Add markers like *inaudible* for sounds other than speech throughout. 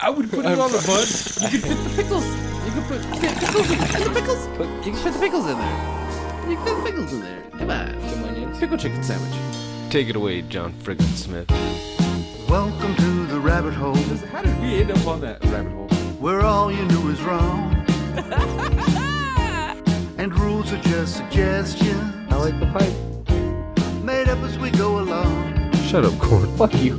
I would put it on the bun. You could fit the pickles. You can put fit pickles in fit the pickles. Put, you can fit the pickles in there. You can fit the pickles in there. Come on. Some onions. Pickle chicken sandwich. Take it away, John Friggin Smith. Welcome to the rabbit hole How did we end up on that rabbit hole? where all you knew is wrong. and rules are just suggestions I like the pipe. made up as we go along. Shut up, Corn. Fuck you.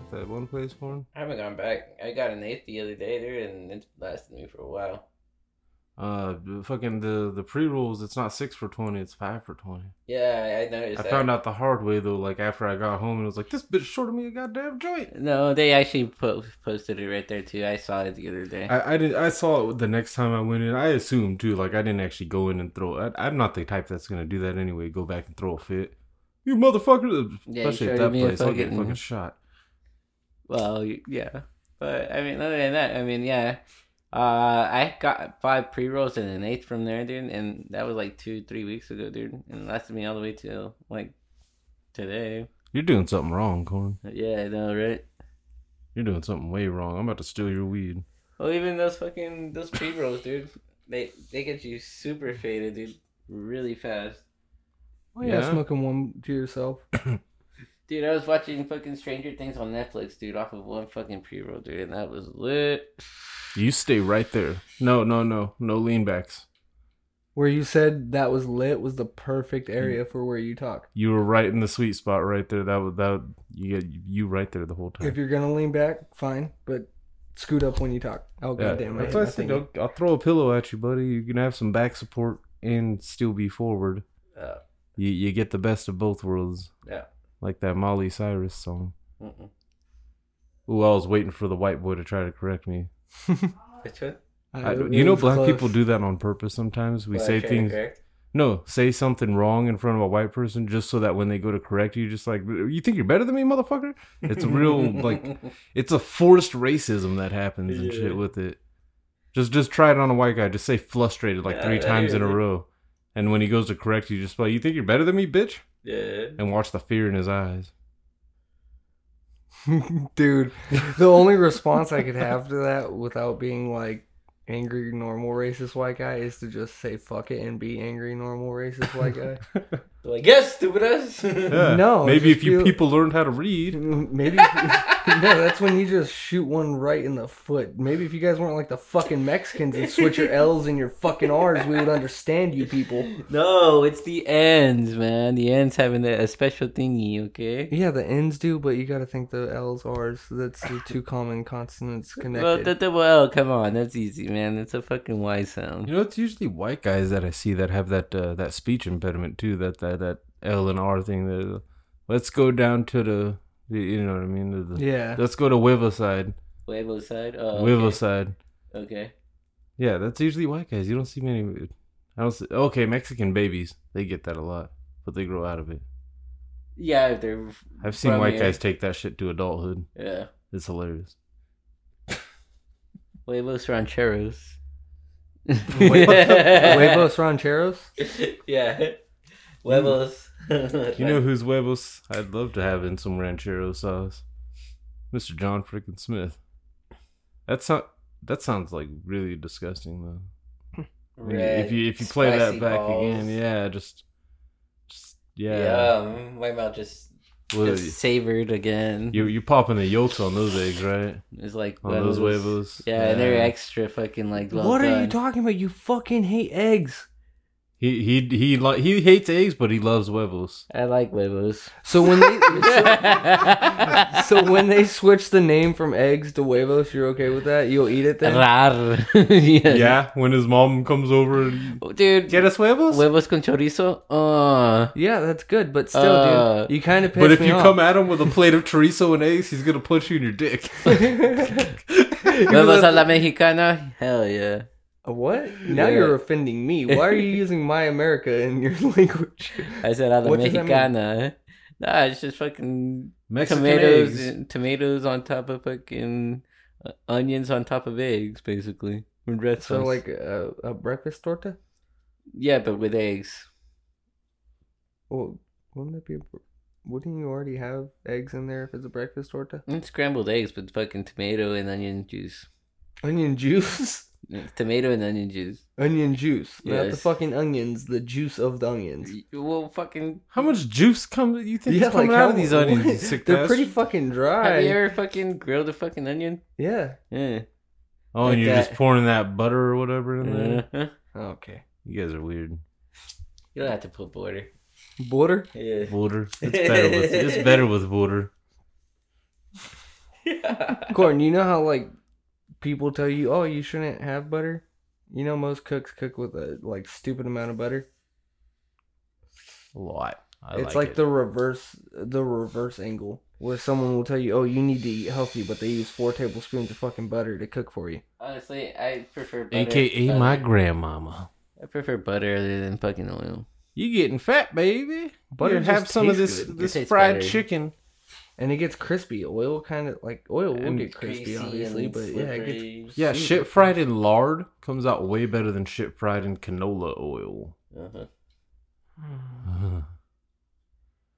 that one place for him. I haven't gone back. I got an eighth the other day, dude, and it's lasted me for a while. Uh, the fucking the the pre-rolls. It's not six for twenty. It's five for twenty. Yeah, I- I noticed I that. found out the hard way though. Like after I got home, and it was like this bitch shorted me a goddamn joint. No, they actually po- posted it right there too. I saw it the other day. I I, did, I saw it the next time I went in. I assumed too. Like I didn't actually go in and throw. I, I'm not the type that's gonna do that anyway. Go back and throw a fit. You motherfucker! Yeah, you Especially at shorted that me a place, I'll get fucking- fucking shot. Well, y- yeah, but I mean, other than that, I mean, yeah, uh, I got five pre rolls and an eighth from there, dude, and that was like two, three weeks ago, dude, and it lasted me all the way till like today. You're doing something wrong, Corn. Yeah, I know, right? You're doing something way wrong. I'm about to steal your weed. Well, even those fucking those pre rolls, dude, they they get you super faded, dude, really fast. Why yeah. Yeah. smoking one to yourself? Dude, I was watching fucking Stranger Things on Netflix, dude, off of one fucking pre roll, dude, and that was lit. You stay right there. No, no, no, no leanbacks. Where you said that was lit was the perfect area for where you talk. You were right in the sweet spot right there. That was that you get you right there the whole time. If you're gonna lean back, fine, but scoot up when you talk. Oh Yeah, goddamn! I that's hate why I that said thing. I'll, I'll throw a pillow at you, buddy. You can have some back support and still be forward. Uh, You you get the best of both worlds, yeah. like that Molly Cyrus song. Mm-mm. Ooh, I was waiting for the white boy to try to correct me. Which one? I, I- it you know, was black close. people do that on purpose. Sometimes we Well, say Trey things. Kirk. No, say something wrong in front of a white person just so that when they go to correct you, just like you think you're better than me, motherfucker. It's real *laughs* like it's a forced racism that happens and shit with it. Just just try it on a white guy. Just say frustrated like Yeah, three that times in a is- row, and when he goes to correct you, just be like you think you're better than me, bitch, Yeah. and watch the fear in his eyes. *laughs* Dude, the only response I could have to that without being like angry normal racist white guy is to just say fuck it and be angry normal racist white guy. Like, yes, stupid ass. Yeah. No, maybe just if you feel- people learned how to read, *laughs* *laughs* Maybe no, that's when you just shoot one right in the foot. Maybe if you guys weren't like the fucking Mexicans and switch *laughs* your L's and your fucking R's, we would understand you people. *laughs* no, it's the ends, man. The ends having a, a special thingy, okay? Yeah, the N's do, but you got to think the L's R's. That's the two common consonants connected. Well, the double L, come on, that's easy, man. That's a fucking Y sound. you know it's usually white guys that I see that have that uh, that speech impediment too. That that that L and R thing. That uh, let's go down to the you know what I mean. to the- yeah. *laughs* Let's go to Wiva side. Huevo side. Oh, Wiva okay. side. Okay. Yeah, that's usually white guys. You don't see many. I don't. See, okay, Mexican babies they get that a lot, but they grow out of it. Yeah, if they're. I've seen from white here. guys take that shit to adulthood. Yeah. It's hilarious. Huevos rancheros. *laughs* Huevos Rancheros? *laughs* Yeah. Huevos. *laughs* You know who's huevos? I'd love to have in some ranchero sauce, Mr. John Frickin' Smith. That sound. That sounds like really disgusting though. When you- if you if you play that back again, yeah, just, just yeah. Yeah, my mouth just Well, It's savored again. you you popping the yolks on those eggs, right? It's like On those huevos. huevos. Yeah, and they're extra fucking like. well what are you done. talking about? You fucking hate eggs. He he he li- he hates eggs, but he loves huevos. I like huevos. So when they *laughs* so when they switch the name from eggs to huevos, you're okay with that? You'll eat it then? Rar. *laughs* Yeah, when his mom comes over, and, dude. get us huevos. huevos con chorizo. *laughs* Uh, Yeah, that's good, but still, Uh, dude, you kind of pissed But if me you off. Uh, come at him with a plate of chorizo and eggs, he's gonna punch you in your dick. huevos a la mexicana. Hell yeah. what? Now Yeah. you're offending me. Why are you using my America in your *laughs* language? I said a la What does that mean? mexicana. eh? Nah, it's just fucking Mexican tomatoes, eggs. and- tomatoes on top of fucking uh, onions on top of eggs, basically. With red So sauce. like a, a breakfast torta? yeah, but with eggs. Well, wouldn't that be? A, br- wouldn't you already have eggs in there if it's a breakfast torta? It's scrambled eggs, but fucking tomato and onion juice. Onion juice. *laughs* It's tomato and onion juice. Onion juice, not the Yes. fucking onions. The juice of the onions. Y- Well, fucking. How much juice comes? You think is coming like, out how- of these *laughs* onions? you what? sick They're bastard? pretty fucking Have you dry. ever fucking grilled a fucking onion? Yeah. Yeah. Oh, and like you're just that. pouring that butter or whatever in there. Mm-hmm. Uh-huh. Oh, Okay. You guys are weird. You'll have to put border. *laughs* Border. Yeah. Water. *laughs* It's better with it's better with water. Corn, you know how like people tell you, oh, you shouldn't have butter. You know, most cooks cook with a like stupid amount of butter. A lot. I it's like, it. the reverse, the reverse angle where someone will tell you, oh, you need to eat healthy, but they use four tablespoons of fucking butter to cook for you. Honestly, I prefer butter. AKA butter. my grandmama. I prefer butter other than fucking oil. You getting fat, baby. Butter Butter just have some of tastes this good. this It tastes fried better. chicken. And it gets crispy. Oil kind of like oil will And get crispy, obviously, but yeah, it gets Yeah, shit fried in lard comes out way better than shit fried in canola *sighs* oil. Uh-huh.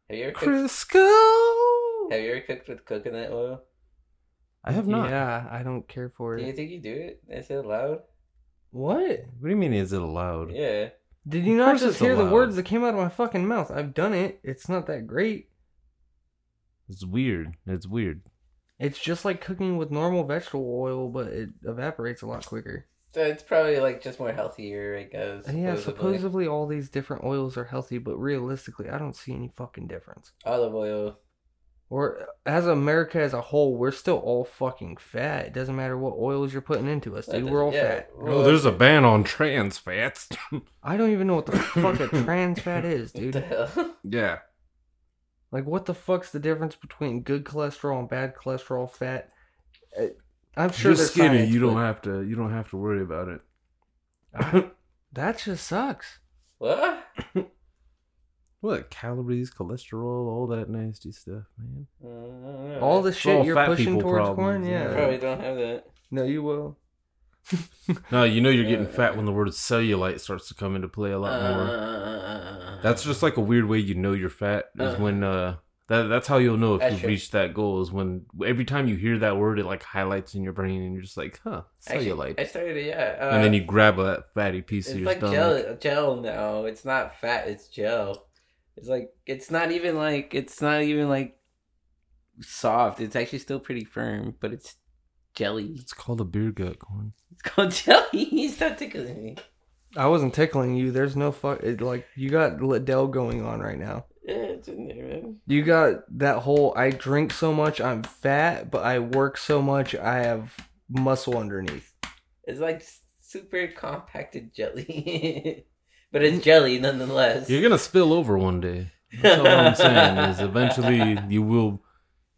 Have you ever cooked? Crisco. Have you ever cooked with coconut oil? I have not. Yeah, I don't care for Do you it. think you do it? Is it allowed? What? What do you mean? Is it allowed? Yeah. Did you Of not course just it's hear the allowed. words that came out of my fucking mouth? I've done it. It's not that great. It's weird. It's weird. It's just like cooking with normal vegetable oil, but it evaporates a lot quicker. So it's probably like just more healthier, I guess. And yeah, supposedly. supposedly all these different oils are healthy, but realistically, I don't see any fucking difference. olive oil. Or as America as a whole, we're still all fucking fat. It doesn't matter what oils you're putting into us, dude. We're all Yeah, fat. we're Oh, all- *laughs* there's a ban on trans fats. *laughs* I don't even know what the fuck a trans fat is, What the dude. hell? yeah. Like, what the fuck's the difference between good cholesterol and bad cholesterol fat? Uh, I'm sure You're there's skinny. science, you don't but have to. You don't have to worry about it. That just sucks. What? *laughs* What calories, cholesterol, all that nasty stuff, man. Mm, All alright. the shit all you're fat pushing people towards problems, corn, yeah. yeah. Probably don't have that. No, you will. No, you know you're getting fat when the word cellulite starts to come into play a lot more. Uh, That's just like a weird way you know you're fat is Uh. when uh that that's how you'll know if That's you've true. reached that goal is when every time you hear that word it like highlights in your brain and you're just like, huh, Actually, cellulite. I started it, yeah. Uh, and then you grab that fatty piece of It's your like stomach. gel, gel now. It's not fat. It's gel. It's like it's not even like it's not even like soft. It's actually still pretty firm, but it's jelly. It's called a beer gut corn. It's called *laughs* jelly. Stop tickling me. I wasn't tickling you. There's no fuck. It, like you got Liddell going on right now. Yeah, Eh, it's in there, man. You got that whole. I drink so much, I'm fat, but I work so much, I have muscle underneath. It's like super compacted jelly, *laughs* but it's jelly nonetheless. You're gonna spill over one day. Mm. That's all I'm saying is eventually you will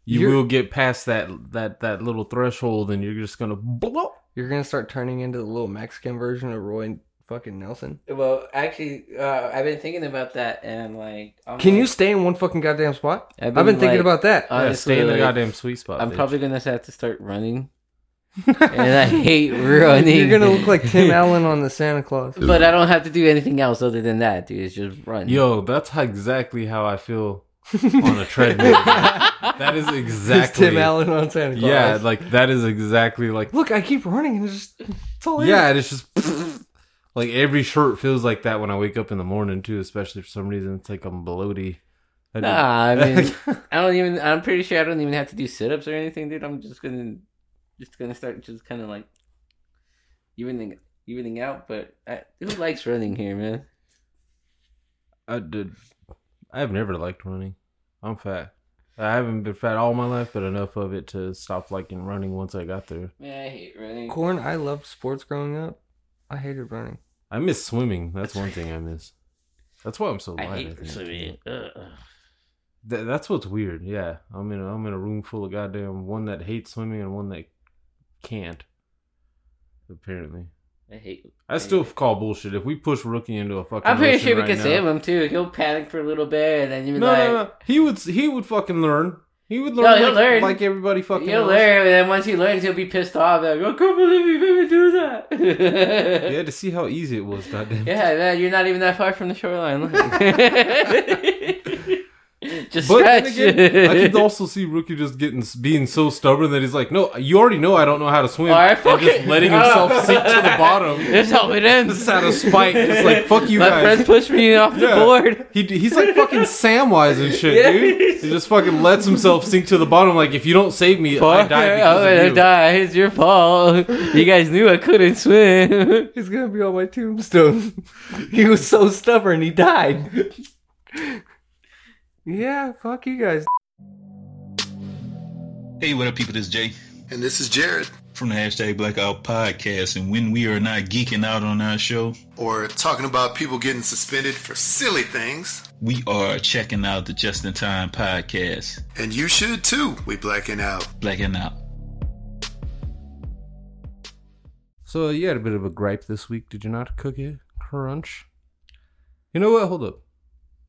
you You're- will get past that that that little threshold and you're just gonna blow. You're gonna start turning into the little Mexican version of Roy fucking Nelson. *laughs* well, actually, uh, I've been thinking about that, and like, I'm Can like- you stay in one fucking goddamn spot? I've I've been thinking about like, that. Yeah, stay in the honestly, like, goddamn sweet spot. I'm bitch. probably gonna have to start running, and *laughs* I hate running. You're gonna look like Tim Allen on the Santa Claus. but I don't have to do anything else other than that, dude. It's just run. Yo, that's how exactly how *laughs* I feel on a treadmill. that is It's exactly. Tim Allen on Santa Claus. Yeah, like that is exactly like. look, I keep running and it's just it's all I Yeah, and it's just like every shirt feels like that when I wake up in the morning too. Especially for some reason, it's like I'm bloaty. *laughs* I Nah, I mean, I don't even. I'm pretty sure I don't even have to do sit ups or anything, dude. I'm just gonna, just gonna start just kind of like, evening, evening out. But I, who likes running here, man? I did. I've never liked running. I'm fat. I haven't been fat all my life, but enough of it to stop liking running once I got there. Man, I hate running. Corn, I loved sports growing up. I hated running. I miss swimming. That's one thing I miss. That's why I'm so I light. I hate think. swimming. Ugh. Th- that's what's weird. Yeah, I'm in. A, I'm in a room full of goddamn one that hates swimming and one that can't. Apparently, I hate. I still call bullshit. If we push rookie into a fucking, I'm pretty ocean sure we right can now- save him too. He'll panic for a little bit, and then you'll be No, like, no, no. He would. He would fucking learn. He would No, learn. he'll like, learn. like everybody fucking. He'll else. learn, and then once he learns, he'll be pissed off. Like, "Oh, I can't believe you made me do *laughs* that. Yeah, to see how easy it was. Goddamn. Yeah, man, you're not even that far from the shoreline. *laughs* Look. Just *laughs* But then stretch. again, I *laughs* could also see Rookie just getting being so stubborn that he's like, "No, you already know I don't know how to swim." All right, and fuck just it. letting Oh. himself *laughs* sink to the bottom. That's how it Just ends. out of spite, just like fuck you My guys. friends pushed me off the Yeah. board. He, he's like fucking Samwise and shit, dude. He just fucking lets himself sink to the bottom. Like if you don't save me, I Fuck, die I'm because gonna of you. die. oh, It's your fault. You guys knew I couldn't swim. He's gonna be on my tombstone. *laughs* he was so stubborn, he died. yeah, fuck you guys. Hey, what up, people? This is Jay And this is Jared, from the hashtag Blackout Podcast. And when we are not geeking out on our show, or talking about people getting suspended for silly things. we are checking out the Just in Time Podcast. And you should too. We blacking out. Blacking out. So you had a bit of a gripe this week, did you not, Cookie Crunch? You know what? Hold up,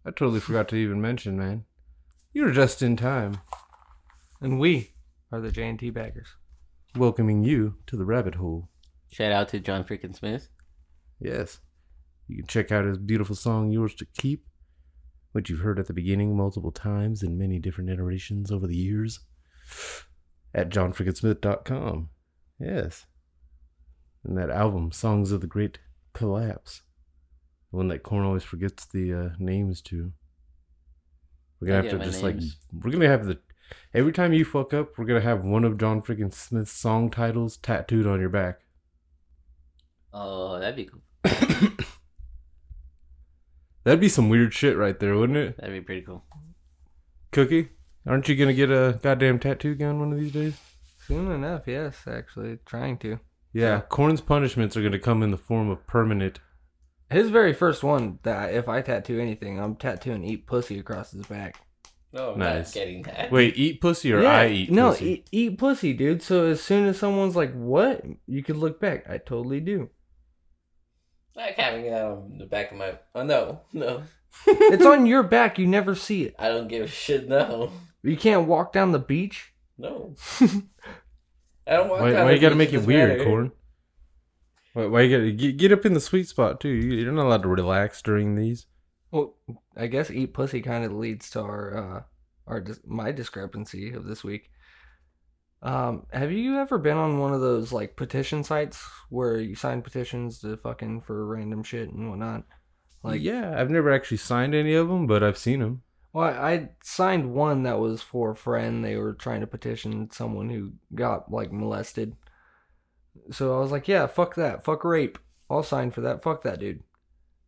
I totally forgot to even mention, man. You were just in time, And we are the J&T baggers. welcoming you to the rabbit hole. Shout out to John freaking Smith. Yes. You can check out his beautiful song, Yours to Keep, which you've heard at the beginning multiple times in many different iterations over the years at johnfrickinsmith.com. Yes. And that album, Songs of the Great Collapse, the one that Corn always forgets the uh, names to. I We're going to get have my to just names. like, we're going to have the. Every time you fuck up, we're going to have one of John Frickin' Smith's song titles tattooed on your back. Oh, that'd be *laughs* cool. That'd be some weird shit right there, wouldn't it? That'd be pretty cool. Cookie, aren't you gonna get a goddamn tattoo gun one of these days? Soon enough, yes, actually. Trying to. Yeah, Corn's punishments are gonna come in the form of permanent. His very first one, that if I tattoo anything, I'm tattooing eat pussy across his back. No, not Nice. getting that. Wait, eat pussy or Yeah, I eat No, pussy? Eat, eat pussy, dude. So as soon as someone's like, what? You could look back. I totally *laughs* do. Like having it on the back of my. Oh no, no, it's on your back. You never see it. I don't give a shit. No, You can't walk down the beach. *laughs* no. I don't want. Why, why you gotta make it weird, Corn? Why, why you gotta get, get up in the sweet spot too? You- You're not allowed to relax during these. Well, I guess eat pussy kind of leads to our uh our dis- my discrepancy of this week. Um, have you ever been on one of those like petition sites where you sign petitions to fucking for random shit and whatnot? Like, Like, yeah, I've never actually signed any of them, but I've seen them. Well, I, I signed one that was for a friend. They were trying to petition someone who got like molested. So I was like, yeah, fuck that. Fuck rape. I'll sign for that. Fuck that dude.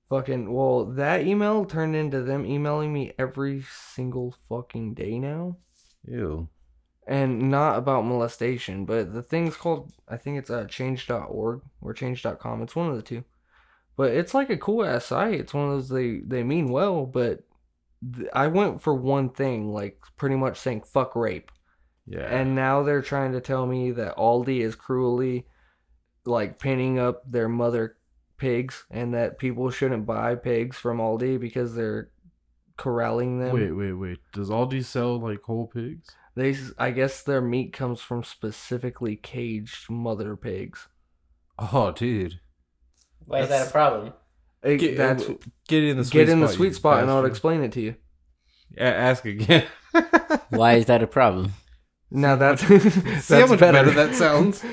Fucking well, that email turned into them emailing me every single fucking day now. Ew. And not about molestation, but the thing's called I think it's uh change.org or change.com. It's one of the two. But it's like a cool ass site. It's one of those they they mean well, but th- I went for one thing, like pretty much saying fuck rape. Yeah. And now they're trying to tell me that Aldi is cruelly like pinning up their mother pigs and that people shouldn't buy pigs from Aldi because they're corralling them. wait, wait, wait. Does Aldi sell like whole pigs? They, s- I guess their meat comes from specifically caged mother pigs. Oh, dude. Why is that a problem? It- Get, uh, that's get in the sweet get in the spot, you sweet spot, and I'll bastard. explain it to you. *laughs* Yeah, ask again. Why is that a problem? Now that's *laughs* that's See how much better. *laughs* better that sounds?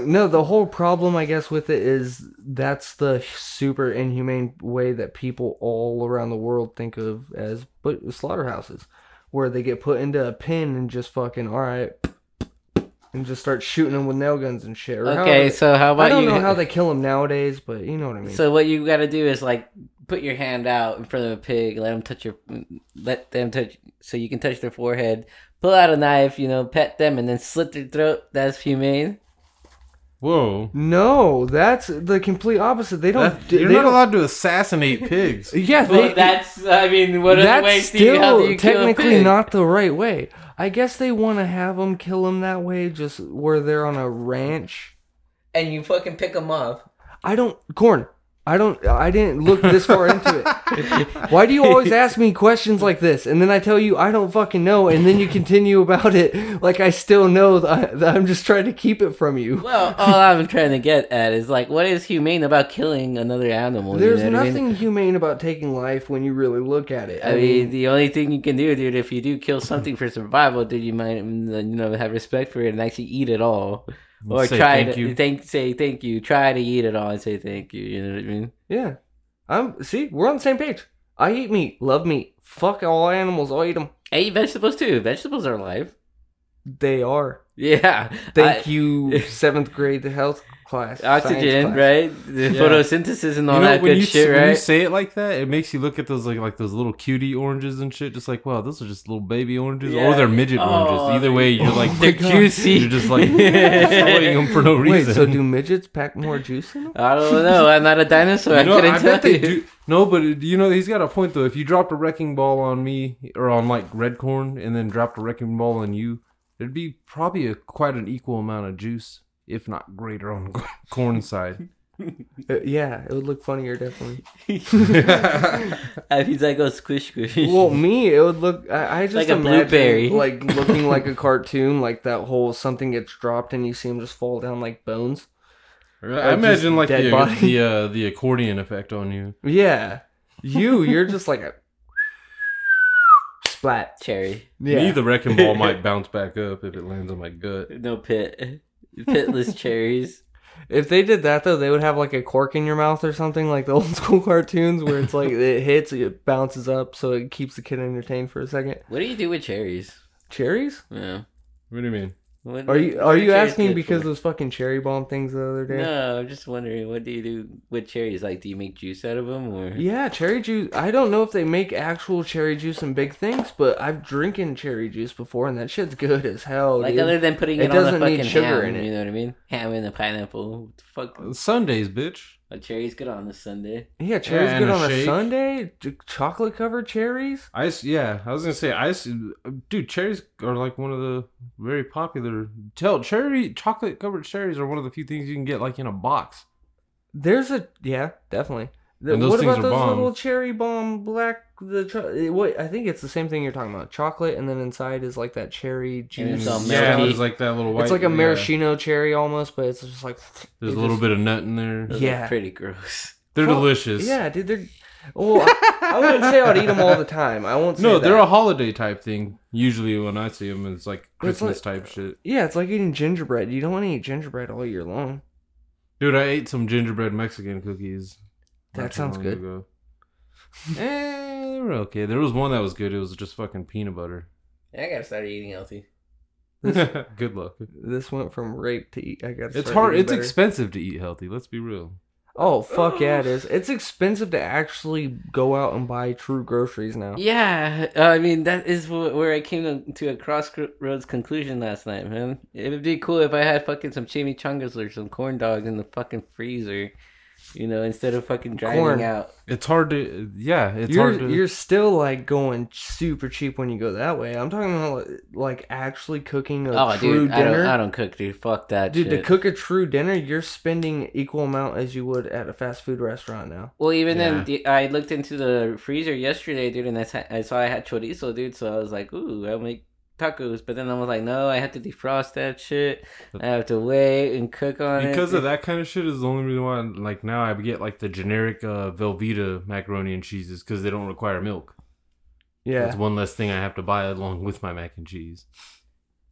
no, the whole problem I guess with it is that's the super inhumane way that people all around the world think of as but slaughterhouses, where they get put into a pen and just fucking all right, and just start shooting them with nail guns and shit. or Okay, however- so how about I don't you? know how they kill them nowadays, but you know what I mean. So what you got to do is like put your hand out in front of a pig, let them touch your, let them touch, so you can touch their forehead. Pull out a knife, you know, pet them, and then slit their throat. That's humane. Whoa. no, that's the complete opposite. They don't. That- they you're not don't- allowed *laughs* to assassinate pigs. Yeah, *laughs* Well, they, that's I mean, what other way that's do you, how do still you kill a technically pig? not the right way. I guess they want to have them kill them that way, just where they're on a ranch. and you fucking pick them up. I don't corn. I don't. I didn't look this far into *laughs* it. Why do you always ask me questions like this, and then I tell you I don't fucking know, and then you continue about it like I still know that, that I'm just trying to keep it from you. Well, *laughs* all I'm trying to get at is like, what is humane about killing another animal? you There's know what I mean? nothing humane about taking life when you really look at it. I mean, the only thing you can do, dude, if you do kill something for survival, dude, you might, mm, you know, have respect for it and actually eat it all, or say try thank to you. thank, say thank you, try to eat it all and say thank you. You know what I mean? Yeah. I'm see, we're on the same page. I eat meat, love meat. Fuck all animals, I'll eat them. I eat vegetables too. Vegetables are life. They are. *laughs* Yeah. Thank I- *laughs* you, seventh grade health class. science Oxygen, class. right? The photosynthesis and all you know, that when, good you, s- shit, when you right? say it like that, it makes you look at those like like those little cutie oranges and shit. Just like, wow, those are just little baby oranges, or Yeah. they're midget Oh, oranges. Either way, you're *laughs* like They're juicy. You're *laughs* just like enjoying them for no Wait, reason. so do midgets pack more juice in them? I don't know. I'm not a dinosaur. *laughs* you know, I couldn't I tell bet they you. *laughs* do. No, but it- you know, he's got a point though. If you dropped a wrecking ball on me or on like red corn, and then dropped a wrecking ball on you, there'd be probably a quite an equal amount of juice, if not greater, on the *laughs* corn side. *laughs* Uh, yeah, it would look funnier, definitely. If he's like, oh, squish, squish. Well, me, it would look. I, I just Like a imagine, *laughs* blueberry. *laughs* like looking like a cartoon, like that whole something gets dropped and you see him just fall down like bones. I imagine, imagine like, like dead the- the body. the, the uh, the accordion effect on you. Yeah, you, you're just like a splat. Cherry. *laughs* Yeah, Me, the wrecking *laughs* ball might bounce back up if it lands on my gut. No pit. *laughs* *laughs* Pitless cherries. If they did that though, they would have like a cork in your mouth or something like the *laughs* old school cartoons where it's like it hits, it bounces up, so it keeps the kid entertained for a second. What do you do with cherries? Cherries? Yeah. What do you mean? What- Are you what are are you cherries asking good because for? those fucking cherry bomb things the other day? No, I'm just wondering. What do you do with cherries? Like, do you make juice out of them, or Yeah, cherry juice. I don't know if they make actual cherry juice in big things, but I've drinking cherry juice before, and that shit's good as hell. like dude. other than putting It it, on a doesn't need fucking sugar ham? in it. You know what I mean? Ham and a pineapple. Fuck, Oh, Sundays, bitch. a cherry's good on this Sunday. yeah, cherries Yeah, good and a on a shake. Sunday. Chocolate covered cherries. I s- yeah, I was gonna say I s- dude cherries are like one of the very popular. Tell cherry chocolate covered cherries are one of the few things you can get like in a box. There's a yeah, definitely. The- And those what things about are those bomb. little cherry bomb black? The cho- eh, what I think it's the same thing you're talking about. Chocolate, and then inside is like that cherry And juice. it's all yeah, milky. there's like that little white. it's like a yeah. maraschino cherry almost, but it's just like There's it a little just- bit of nut in there. Those Yeah. are pretty gross. *laughs* They're Fuck, delicious. Yeah, dude, they're. Well, I, I wouldn't say I'd eat them all the time. I won't. Say No, they're that. a holiday type thing. Usually when I see them, it's like But it's Christmas like- type shit. Yeah, it's like eating gingerbread. You don't want to eat gingerbread all year long. Dude, I ate some gingerbread Mexican cookies. That not too sounds long good. *laughs* ago. eh, they were okay. There was one that was good. It was just fucking peanut butter. I gotta start eating healthy. *laughs* good luck. This went from rape to eat. I got. It's hard. It's expensive to eat healthy. Let's be real. Oh fuck yeah, it is. It's expensive to actually go out and buy true groceries now. Yeah, uh, I mean that is wh- where I came to- to a crossroads conclusion last night, man. It would be cool if I had fucking some chimichangas or some corn dogs in the fucking freezer, you know, instead of fucking driving Corn. out. It's hard to. Yeah, it's you're hard to. you're still like going super cheap when you go that way. I'm talking about like actually cooking a Oh, true dude, I dinner. don't, I don't cook, dude. Fuck that, Dude, to shit. cook a true dinner, you're spending equal amount as you would at a fast food restaurant now. well, even Yeah. then, the- I looked into the freezer yesterday, dude, and I, sa- I saw I had chorizo, dude. So I was like, ooh, I'll make tacos. But then I was like, no, I have to defrost that shit. I have to wait and cook on because it. of that kind of shit is the only reason why. Like now, I get like the generic uh, Velveeta macaroni and cheeses because they don't require milk. Yeah, That's one less thing I have to buy along with my mac and cheese.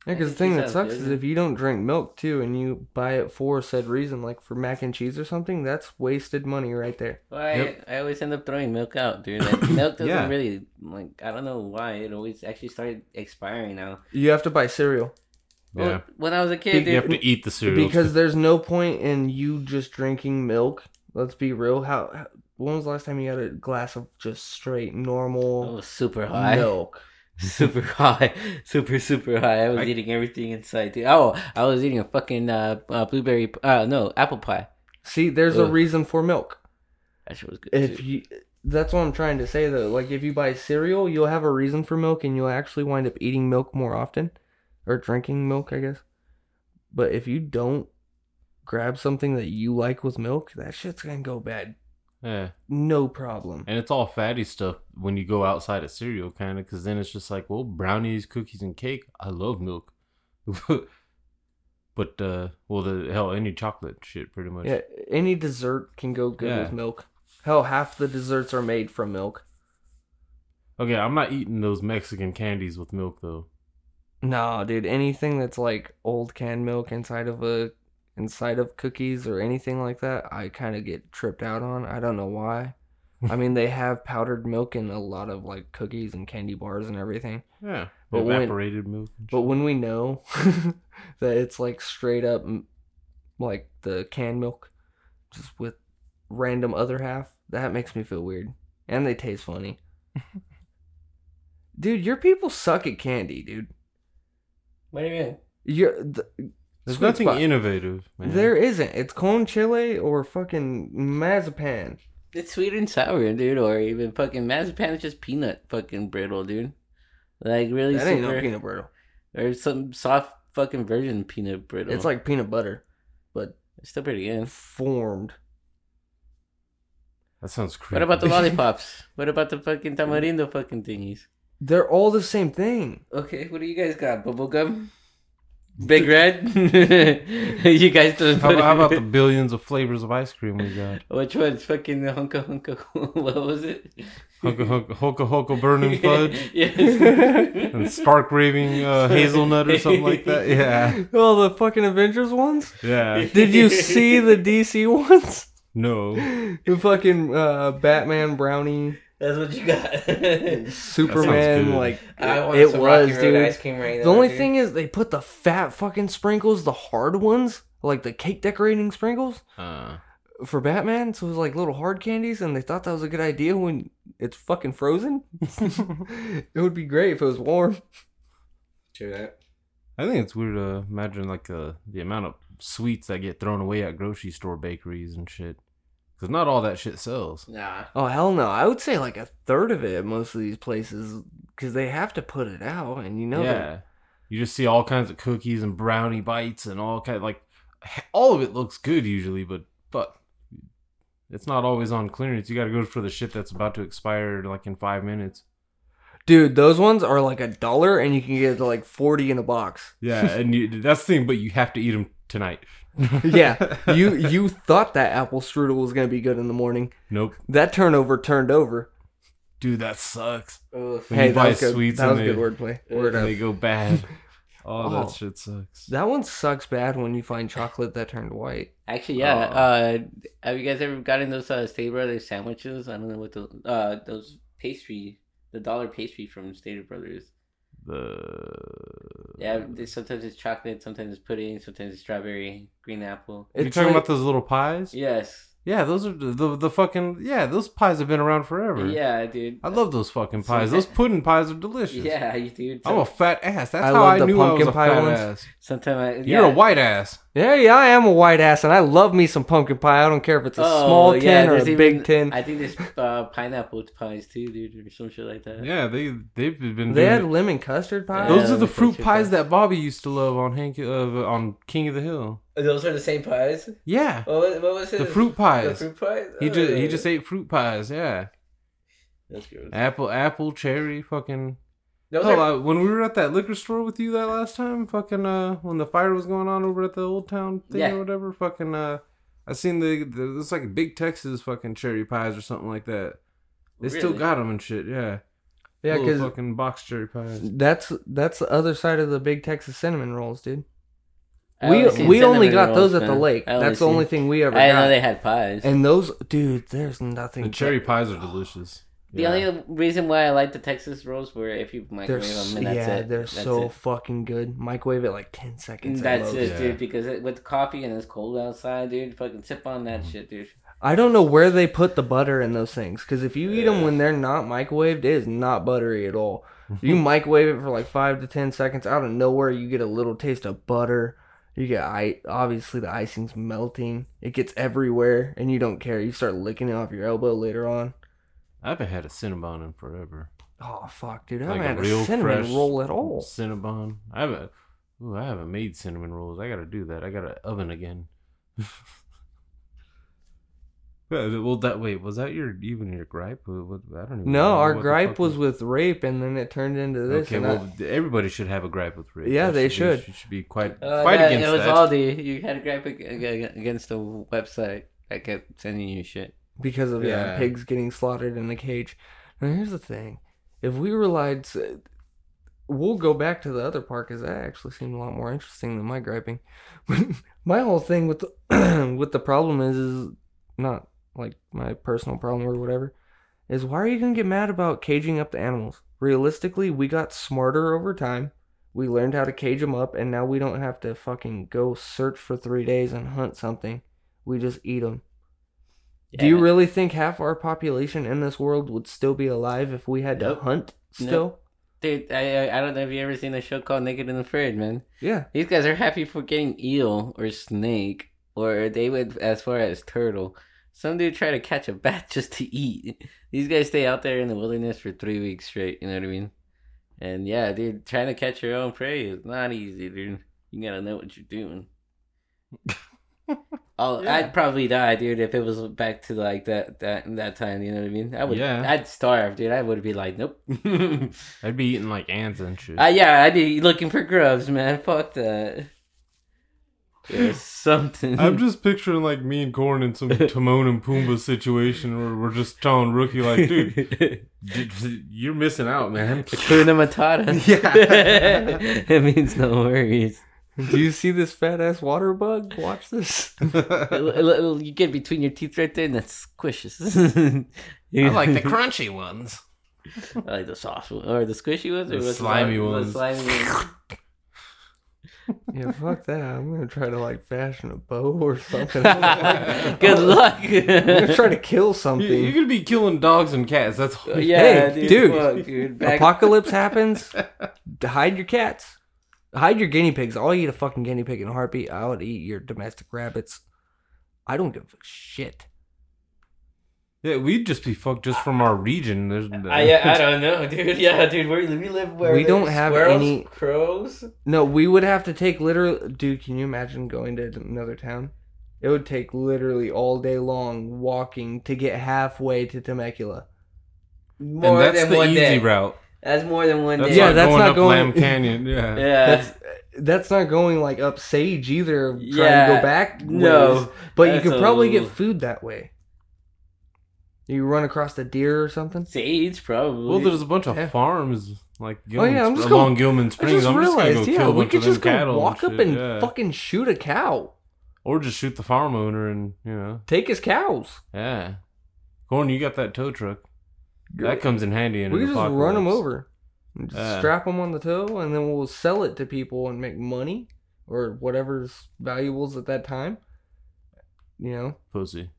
Yeah, because the Mac and thing cheese that sounds sucks good, is yeah. if you don't drink milk too and you buy it for said reason, like for mac and cheese or something, that's wasted money right there. Well, I, Yep. I always end up throwing milk out, dude. *coughs* That milk doesn't Yeah. really like. I don't know why it always actually started expiring now. You have to buy cereal Yeah. Well, when I was a kid, you dude, have to eat the cereal because there's no point in you just drinking milk. Let's be real. How, how when was the last time you had a glass of just straight I normal was super high, *laughs* milk? super high, super super high. I was I- eating everything inside. Dude. Oh, I was eating a fucking uh, uh blueberry. Uh, no, apple pie. See, there's a Ugh. reason for milk. That shit was good. If too. you that's what I'm trying to say though. Like if you buy cereal, you'll have a reason for milk and you'll actually wind up eating milk more often or drinking milk, I guess. But if you don't grab something that you like with milk, that shit's going to go bad. Yeah. No problem. And it's all fatty stuff when you go outside of cereal, kind of, because then it's just like, well, brownies, cookies, and cake. I love milk, *laughs* but uh, well, the hell, any chocolate shit, pretty much. Yeah, any dessert can go good Yeah. with milk. Hell, half the desserts are made from milk. Okay, I'm not eating those Mexican candies with milk though. Nah, dude, anything that's like old canned milk inside of a inside of cookies or anything like that, I kind of get tripped out on. I don't know why. I mean, they have powdered milk in a lot of like cookies and candy bars and everything. Yeah, But when- evaporated milk. and But shit. when we know *laughs* that it's like straight up m- like the canned milk just with random other half, that makes me feel weird. And they taste funny. dude, your people suck at candy, dude. what do you mean? You're, th- there's sweet nothing spot. innovative, man. There isn't. It's cone chile or fucking mazapan. It's sweet and sour, dude, or even fucking marzipan is just peanut fucking brittle, dude. Like really That ain't super, no peanut brittle. or some soft fucking version of peanut brittle. It's like peanut butter, but it's still pretty good. formed. that sounds crazy. What about *laughs* the *laughs* lollipops? what about the fucking tamarindo fucking thingies? They're all the same thing. Okay, what do you guys got? Bubblegum? Big Red? *laughs* you guys don't How, how about the billions of flavors of ice cream we got? *laughs* Which one's fucking the hunka hunka? *laughs* what was it? Hoka hoka hoka, *laughs* hoka burning fudge *laughs* and yes. stark raving uh, hazelnut or something like *laughs* that. Yeah, All the fucking Avengers ones? yeah. Did you *laughs* see the DC ones? No, The fucking uh, Batman brownie, That's what you got. *laughs* Superman, good. like I want it some was, Rocky Road dude. ice cream right the now, only dude. thing is they put the fat fucking sprinkles, the hard ones, like the cake decorating sprinkles uh, for Batman. So it was like little hard candies, and they thought that was a good idea when it's fucking *laughs* frozen. *laughs* it would be great if it was warm. True that. I think it's weird to imagine like uh, the amount of sweets that get thrown away at grocery store bakeries and shit. Because not all that shit sells. Nah. Oh hell no! I would say like a third of it at most of these places because they have to put it out, and you know they're- Yeah, you just see all kinds of cookies and brownie bites and all kind like all of it looks good usually, but but it's not always on clearance. You got to go for the shit that's about to expire like in five minutes. Dude, those ones are like a dollar, and you can get like forty in a box. Yeah, and you, that's the thing. But you have to eat them tonight. *laughs* yeah, you you thought that apple strudel was gonna be good in the morning. Nope, That turnover turned over. dude, that sucks. Ugh. When hey, you that buy was good. sweets that was and good they- wordplay. Word they *laughs* go bad. Oh, Oh. that shit sucks. That one sucks bad when you find chocolate that turned white. Actually, yeah. Oh. Uh, have you guys ever gotten those uh, State Brothers sandwiches? I don't know what the uh those pastry, the dollar pastry from State Brothers. The Yeah, they- sometimes it's chocolate, sometimes it's pudding, sometimes it's strawberry, green apple. you It's talking like- about those little pies? Yes. Yeah, those are the, the the fucking yeah. Those pies have been around forever. Yeah, dude. *laughs* I love those fucking So pies. that- Those pudding pies are delicious. Yeah, you dude. I'm a fat ass. That's I how love I the knew I was pumpkin a pie fat ones. ass. Sometimes I. You're yeah. a white ass. Yeah, yeah, I am a white ass, and I love me some pumpkin pie. I don't care if it's a Oh, small yeah, tin or a there's even- big tin. I think there's uh, pineapple pies too, dude, or some shit like that. Yeah, they they've been doing they had it. lemon custard pie. Those Yeah, are the they fruit put you pies pie. that Bobby used to love on Hank uh, on King of the Hill. Those are the same pies. Yeah, What was, what was the fruit pies. pies. Oh, He just he Uh. just ate Eh, fruit pies. Yeah, That's gross. apple, apple, cherry, fucking. Those Hell, are- I, when we were at that liquor store with you that last time, fucking, uh, when the fire was going on over at the old town thing Yeah. or whatever, fucking, uh, I seen the, the it's like a big Texas fucking cherry pies or something like that. They still Really? got them and shit, yeah. Yeah, Little because fucking box cherry pies. that's that's the other side of the big Texas cinnamon rolls, dude. I we always seen we only cinnamon got rolls, those at the man. lake. I always That's the only seen- thing we I ever didn't got. know they had pies. and those, dude, there's nothing. The cherry better. pies are delicious. the Yeah. only reason why I like the Texas rolls were if you They're microwave s- them, and that's yeah, it. they're that's so it. fucking good. Microwave it like ten seconds. at That's most. it, Yeah. dude. Because it, with coffee and it's cold outside, dude, fucking sip on that shit, dude. I don't know where they put the butter in those things because if you eat them when they're not microwaved, it is not buttery at all. *laughs* You microwave it for like five to ten seconds. Out of nowhere, you get a little taste of butter. You get I obviously the icing's melting. It gets everywhere, and you don't care. You start licking it off your elbow later on. I haven't had a Cinnabon in forever. Oh fuck, dude! I Like a haven't had real a cinnamon fresh roll at all. Cinnabon. I haven't. Ooh, I haven't made cinnamon rolls. I gotta do that. I gotta oven again. *laughs* well, well, that wait was that your even your gripe? What- what- I don't even. No, know our what the gripe fuck was with rape, and then it turned into this. Okay, and well, everybody should have a gripe with Rick. Yeah, they be- should. should be quite Uh, quite that- against it was that. Aldi. You had a gripe ag- ag- against the website that kept sending you shit. I, because of yeah. Yeah. pigs getting slaughtered in a cage. Now here's the thing: if we relied, s- we'll go back to the other part because that actually seemed a lot more interesting than my griping. *laughs* my whole thing with the *clears throat* with the problem is is not like my personal problem or whatever. Is why are you gonna get mad about caging up the animals? Realistically, we got smarter over time. We learned how to cage them up, and now we don't have to fucking go search for three days and hunt something. We just eat them. Do you Yeah. really think half our population in this world would still be alive if we had Nope. to hunt still? Nope. Dude, I I I don't know if you ever seen a show called Naked and Afraid, man. *laughs* Yeah. These guys are happy for getting eel or snake, or they would as far as turtle. Some dude try to catch a bat *laughs* just to eat. These guys stay out there in the wilderness for three weeks straight. You know what I mean? And yeah, dude, trying to catch your own prey is not easy, dude. You gotta know what you're doing. oh, I'd probably die, dude, if it was back to like that that that time. You know what I mean? I would. Yeah. I'd starve, dude. I would be like, nope. *laughs* I'd be eating like ants and shit. Uh, yeah, I'd be looking for grubs, man. Fuck that. *laughs* There's something. I'm just picturing like me and Corn *laughs* in some Timon and Pumbaa situation where we're just telling Rookie like, *laughs* dude, d- d- you're missing out, *laughs* man. Hakuna Matata. *laughs* Yeah. *laughs* it means no worries. Do you see this fat ass water bug? Watch *laughs* this. It'll- it'll- it'll- you get between your teeth right there, and that squishes. *laughs* *laughs* I crunchy ones. I like the soft one. Or the squishy ones? Or The what's slimy the, ones. The slimy ones. yeah, fuck that. I'm gonna try to like fashion a bow or something. I'm *laughs* *laughs* Good luck. *laughs* gonna try to kill something. You're gonna be killing dogs and cats. That's Uh, all. yeah, Hey, dude. dude. Fuck, dude. Back- *laughs* Apocalypse happens. d- Hide your cats. Hide your guinea pigs. I'll eat a fucking guinea pig in a heartbeat. I would eat your domestic rabbits. I don't give a shit. *laughs* yeah. We'd just be fucked just from our region. There's Uh, I, I don't know, dude. *laughs* Yeah, dude. Where, we live where We don't there's have squirrels, any- crows. No, we would have to take literally. Dude, can you imagine going to another town? It would take literally all day long walking to get halfway to Temecula. and More that's than the one easy day. route. That's more than one That's day. Yeah, like that's going not up going- Lamb *laughs* Canyon. Yeah. yeah. That's that's not going like up Sage either. Trying to Yeah, go back. no, ways, but you that's could probably a- get food that way. You run across a deer or something. Sage, probably. Well, there's a bunch of Yeah. farms like Oh, Gilman, yeah, I'm just along gonna- Gilman I Springs. just I'm just realized, gonna go yeah, kill a we bunch could of them just go cattle walk up shit, and yeah. fucking shoot a cow. or just shoot the farm owner and you know Take his cows. yeah. Corn, you got that tow truck that comes in handy. In we an could just run them apocalypse. over, and just Yeah. strap them on the toe, and then we'll sell it to people and make money or whatever's valuables at that time. You know, pussy.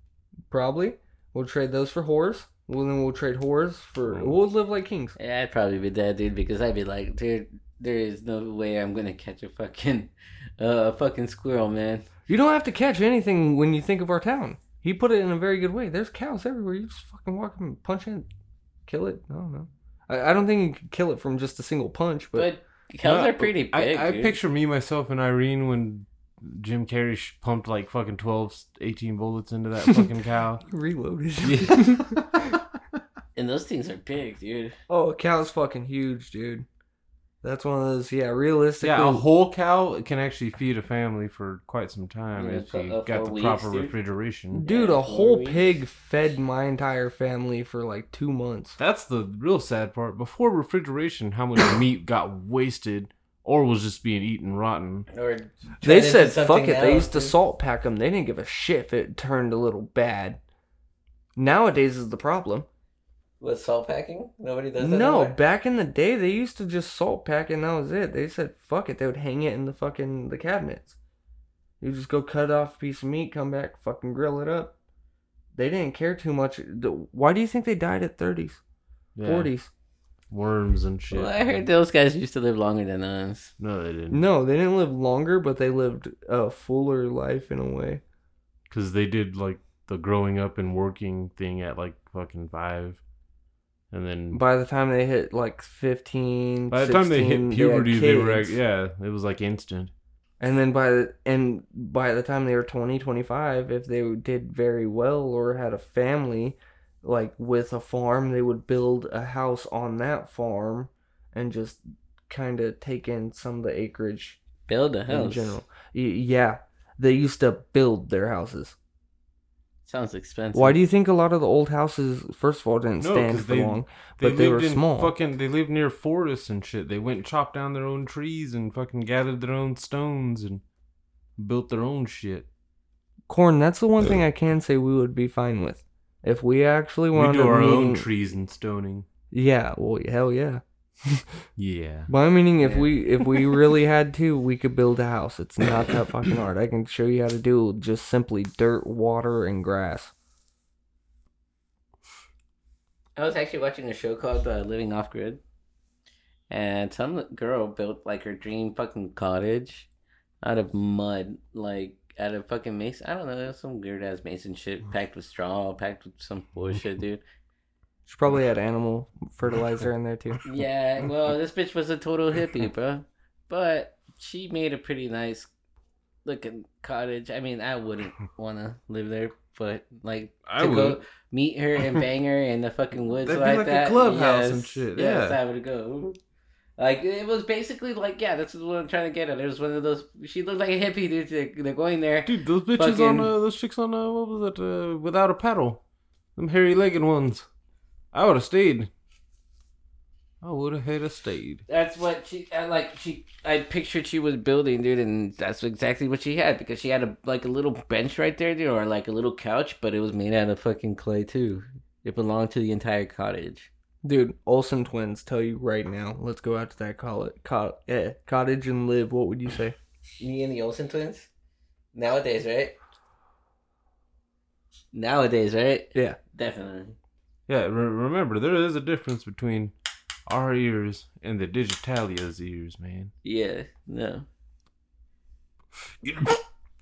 probably we'll trade those for whores. Well, then we'll trade whores for. Mm. We'll live like kings. yeah, I'd probably be dead, dude, because I'd be like, dude, there is no way I'm gonna catch a fucking, *laughs* uh, a fucking squirrel, man. You don't have to catch anything when you think of our town. He put it in a very good way. There's cows everywhere. You just fucking walk and punch it, kill it. I don't know. I, I don't think you can kill it from just a single punch, but, But cows No, are pretty big. I, I dude. picture me, myself, and Irene when Jim Carrey sh- pumped like fucking 12, 18 bullets into *laughs* that fucking cow. reloaded. *laughs* and those things are big, dude. oh, a cow's fucking huge, dude. That's one of those, yeah, realistically. Yeah, a whole cow can actually feed a family for quite some time Yeah, if for- you uh, got for the weeks, proper dude. refrigeration. Dude, Yeah, a whole four pig fed my entire family for like two months. That's the real sad part. Before refrigeration, how much *coughs* meat got wasted or was just being eaten rotten? Or They turn into said, fuck something it. They else, used to dude. salt pack them. They didn't give a shit if it turned a little bad. Nowadays is the problem. with salt packing. Nobody does that. No, anymore? back in the day, they used to just salt pack and that was it. They said, fuck it. They would hang it in the fucking the cabinets. You just go cut off a piece of meat, come back, fucking grill it up. They didn't care too much. The- Why do you think they died at 30s, Yeah, 40s? worms and shit. Well, I heard those guys used to live longer than us. No, they didn't. No, they didn't live longer, but they lived a fuller life in a way. because they did like the growing up and working thing at like fucking five, and then by, By the time they hit like 15, the time they hit 16, had puberty, they, were kids. like, yeah, it was like instant. And then by the, and by the time they were 20, 25, if they did very well or had a family like with a farm, they would build a house on that farm and just kind of take in some of the acreage Build a house. in general. Y- yeah, they used to build their houses. Sounds expensive. Why do you think a lot of the old houses first of all didn't No, stand 'cause for they- long? But they were lived in small. Fucking, they lived near forests and shit. They went and chopped down their own trees and fucking gathered their own stones and built their own shit. Corn, that's the one thing I can say we would be fine with. If we actually We wanted do our own meeting- trees and stoning. Yeah, well hell yeah. Yeah. But I meaning if Yeah. we if we really had to, we could build a house. It's not *coughs* that fucking hard. I can show you how to do just simply dirt, water, and grass. I was actually watching a show called uh, Living Off Grid, and some girl built like her dream fucking cottage out of mud, like out of fucking mason. I don't know, it was some weird ass mason shit packed with straw, packed with some bullshit, dude. She probably had animal fertilizer in there *laughs* too. Yeah, well, this bitch was a total hippie, bro. But she made a pretty nice looking cottage. I mean, I wouldn't *laughs* want to live there, but like I to go would. meet her *laughs* and bang her in the fucking woods That'd be like, like a that. clubhouse yes, and shit, Yes, yeah. I would go. Like it was basically like yeah, this is what I'm trying to get at. It was one of those. She looked like a hippie dude. They're- They're going there. Dude, those bitches on Fucking- uh, those chicks on uh, what was that? Uh, without a paddle, them hairy legged ones. I would have stayed. I would have had a stayed. That's what she I, like. She I pictured she was building, dude, and that's exactly what she had because she had a like a little bench right there, dude, or like a little couch, but it was made out of fucking clay too. It belonged to the entire cottage. Dude, Olsen twins tell you right now. Let's go out to that col- cot- eh, cottage and live. What would you say? me and the Olsen twins. Nowadays, right? Nowadays, right? Yeah. Definitely. Yeah, re- remember there is a difference between our ears and the Digitalia's ears, man. Yeah. No.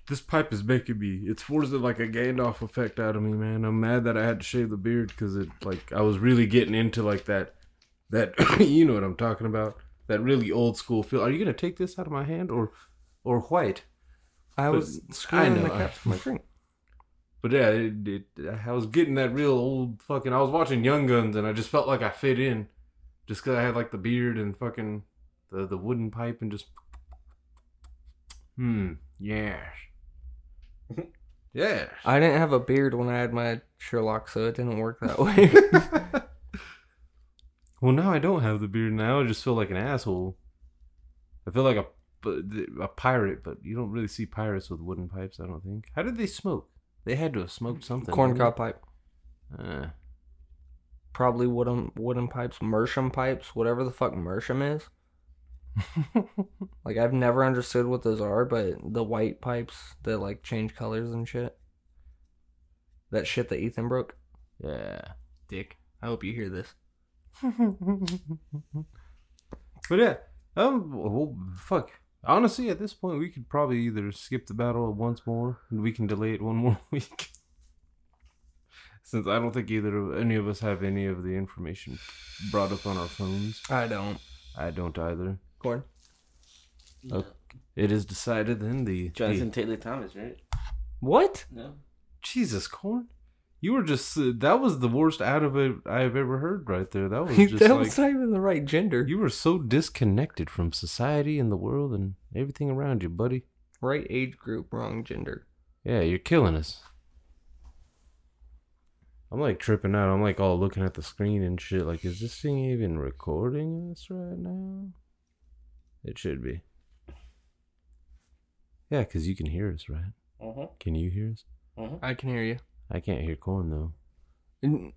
This pipe is making me. It's forcing like a Gandalf effect out of me, man. I'm mad that I had to shave the beard because it like I was really getting into like that, that *coughs* you know what I'm talking about. That really old school feel. Are you gonna take this out of my hand or, or white? I But was I screwing know, the I- cap to my drink. But yeah, it, it, I was getting that real old fucking. I was watching Young Guns, and I just felt like I fit in, just 'cause I had like the beard and fucking the the wooden pipe, and just. Hmm. *laughs* Yeah. Yeah. I didn't have a beard when I had my Sherlock, so it didn't work that *laughs* way. *laughs* well, now I don't have the beard. Now I just feel like an asshole. I feel like a a pirate, but you don't really see pirates with wooden pipes. I don't think. How did they smoke? They had to have smoked something. Corn didn't cob pipe. they? Uh, Probably wooden wooden pipes, Mersham pipes, whatever the fuck Mersham *laughs* is. Like I've never understood what those are, but the white pipes that like change colors and shit. That shit that Ethan broke. yeah. Dick. I hope you hear this. *laughs* But yeah, um, well, fuck. Honestly, at this point, we could probably either skip the battle once more, and we can delay it one *laughs* more week, since I don't think either of any of us have any of the information brought up on our phones. I don't. I don't either. Corn. It is decided then. The, the Jonathan Taylor Thomas, right? What? No. Jesus corn. You were just uh, that was the worst out of it I've ever heard right there. That *laughs* was that just was not like even the right gender. you were so disconnected from society and the world and everything around you, buddy. Right age group, wrong gender. Yeah, you're killing us. I'm like tripping out. I'm like all looking at the screen and shit. Like, is this thing even recording us right now? It should be. Yeah, because you can hear us, right? Mhm. Can you hear us? I can hear you. I can't hear corn though. And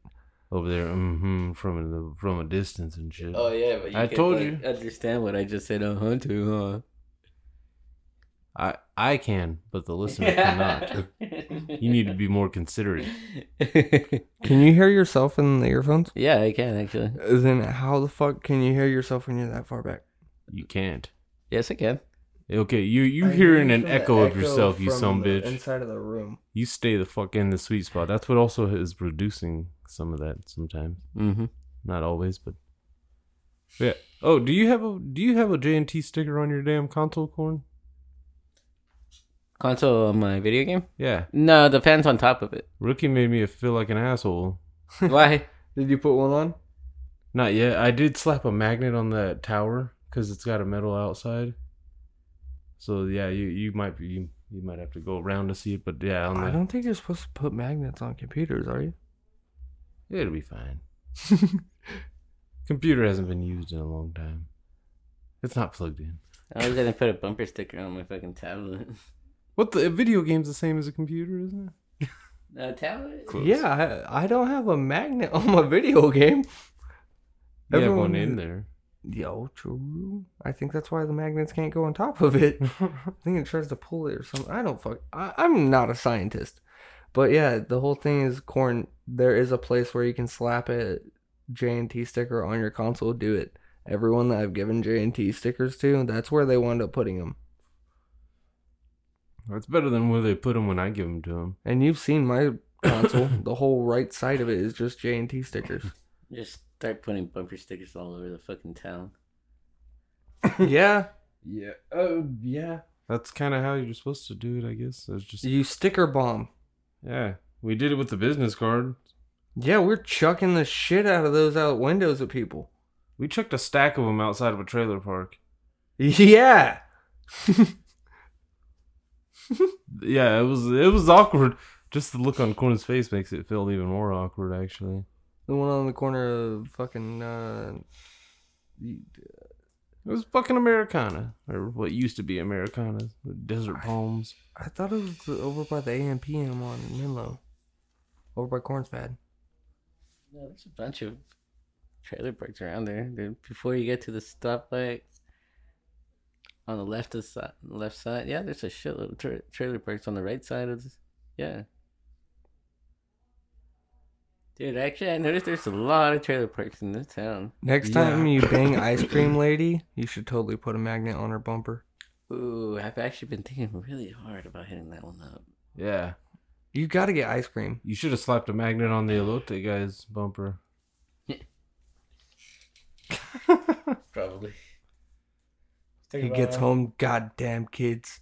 Over there, mm-hmm, from the from a distance and shit. Oh yeah, but you I can, told like, you. understand what I just said. Uh huh. To huh. I I can, but the *laughs* listener cannot. You need to be more considerate. Can you hear yourself in the earphones? *laughs* yeah, I can actually. Then how the fuck can you hear yourself when you're that far back? You can't. Yes, I can. Okay, you you hearing an echo of yourself, you some bitch. Inside of the room. you stay the fuck in the sweet spot. That's what also is reducing some of that sometimes. Mm-hmm. Not always, but yeah. Oh, do you have a do you have a J and T sticker on your damn console, corn? Console on my video game? Yeah, No, the fan's on top of *laughs* it. rookie made me feel like an asshole. Why? Did you put one on? Not yet. I did slap a magnet on that tower because it's got a metal outside. So yeah, you you might be you, you might have to go around to see it, but yeah, on I the- don't think you're supposed to put magnets on computers, are you? It'll be *laughs* fine. Computer hasn't been used in a long time. It's not plugged in. I was gonna put a bumper sticker on my fucking tablet. *laughs* What the a video game's the same as a computer, isn't it? A Uh, tablet? Yeah, I, I don't have a magnet *laughs* on my video game. You have Everyone one in is- there. Yo, true. I think that's why the magnets can't go on top of it. I think it tries to pull it or something. I don't fuck. I, I'm not a scientist, but yeah, the whole thing is corn. There is a place where you can slap a J and T sticker on your console. Do it. Everyone that I've given J and T stickers to, that's where they wound up putting them. That's better than where they put them when I give them to them. And you've seen my console. the whole right side of it is just J and T stickers. Just start putting bumper stickers all over the fucking town. yeah, Yeah. Oh, yeah. That's kind of how you're supposed to do it, I guess. It's just you sticker bomb. yeah. We did it with the business card. Yeah, we're chucking the shit out of those out windows at people. *laughs* We chucked a stack of them outside of a trailer park. Yeah. Yeah, it was it was awkward. Just the look on Corn's face makes it feel even more awkward, actually. The one on the corner of fucking uh It was fucking Americana, or what used to be Americana, desert palms. I thought it was the, over by the AMPM on Menlo. Over by Corn's Pad. Yeah, there's a bunch of trailer parks around there. dude. Before you get to the stoplight, on the left of si- left side, yeah, there's a shitload of tra- trailer parks on the right side of this. Yeah, dude. Actually, I noticed there's a lot of trailer parks in this town. Next time you bang ice cream lady, you should totally put a magnet on her bumper. Ooh, I've actually been thinking really hard about hitting that one up. Yeah, You gotta get ice cream. you should have slapped a magnet on the elote guy's bumper. Probably. He gets home, goddamn kids.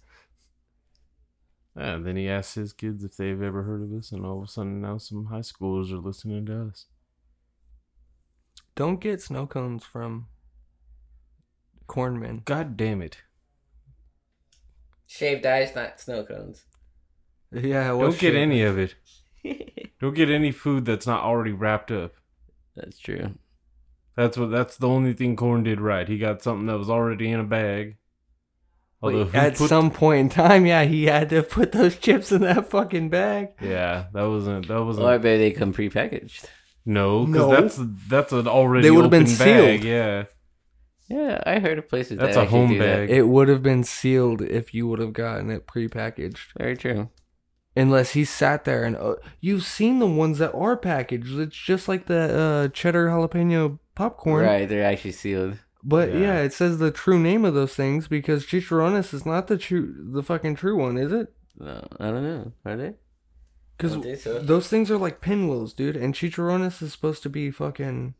Yeah, and then he asked his kids if they've ever heard of us, and all of a sudden now some high schoolers are listening to us. Don't get snow cones from Cornman. God damn it! Shaved ice, not snow cones. Yeah, what Don't get shit? any of *laughs* it. Don't get any food that's not already wrapped up. That's true. That's what. That's the only thing Corn did right. He got something that was already in a bag. Although Wait, who at put- some point in time, yeah, he had to put those *laughs* chips in that fucking bag. yeah, that wasn't. That wasn't. Or I bet they come prepackaged. No, because No. that's that's an already They open would've been bag. sealed. Yeah, Yeah, I heard of places that's that a actually home do that. bag. It would have been sealed if you would have gotten it prepackaged. Very true. Unless he sat there and uh, you've seen the ones that are packaged. It's just like the uh, cheddar jalapeno popcorn. Right, they're actually sealed. But yeah. Yeah. it says the true name of those things because chicharrones is not the true, the fucking true one, is it? No, I don't know. Are they? Because I don't think so. those things are like pinwheels, dude. And chicharrones is supposed to be fucking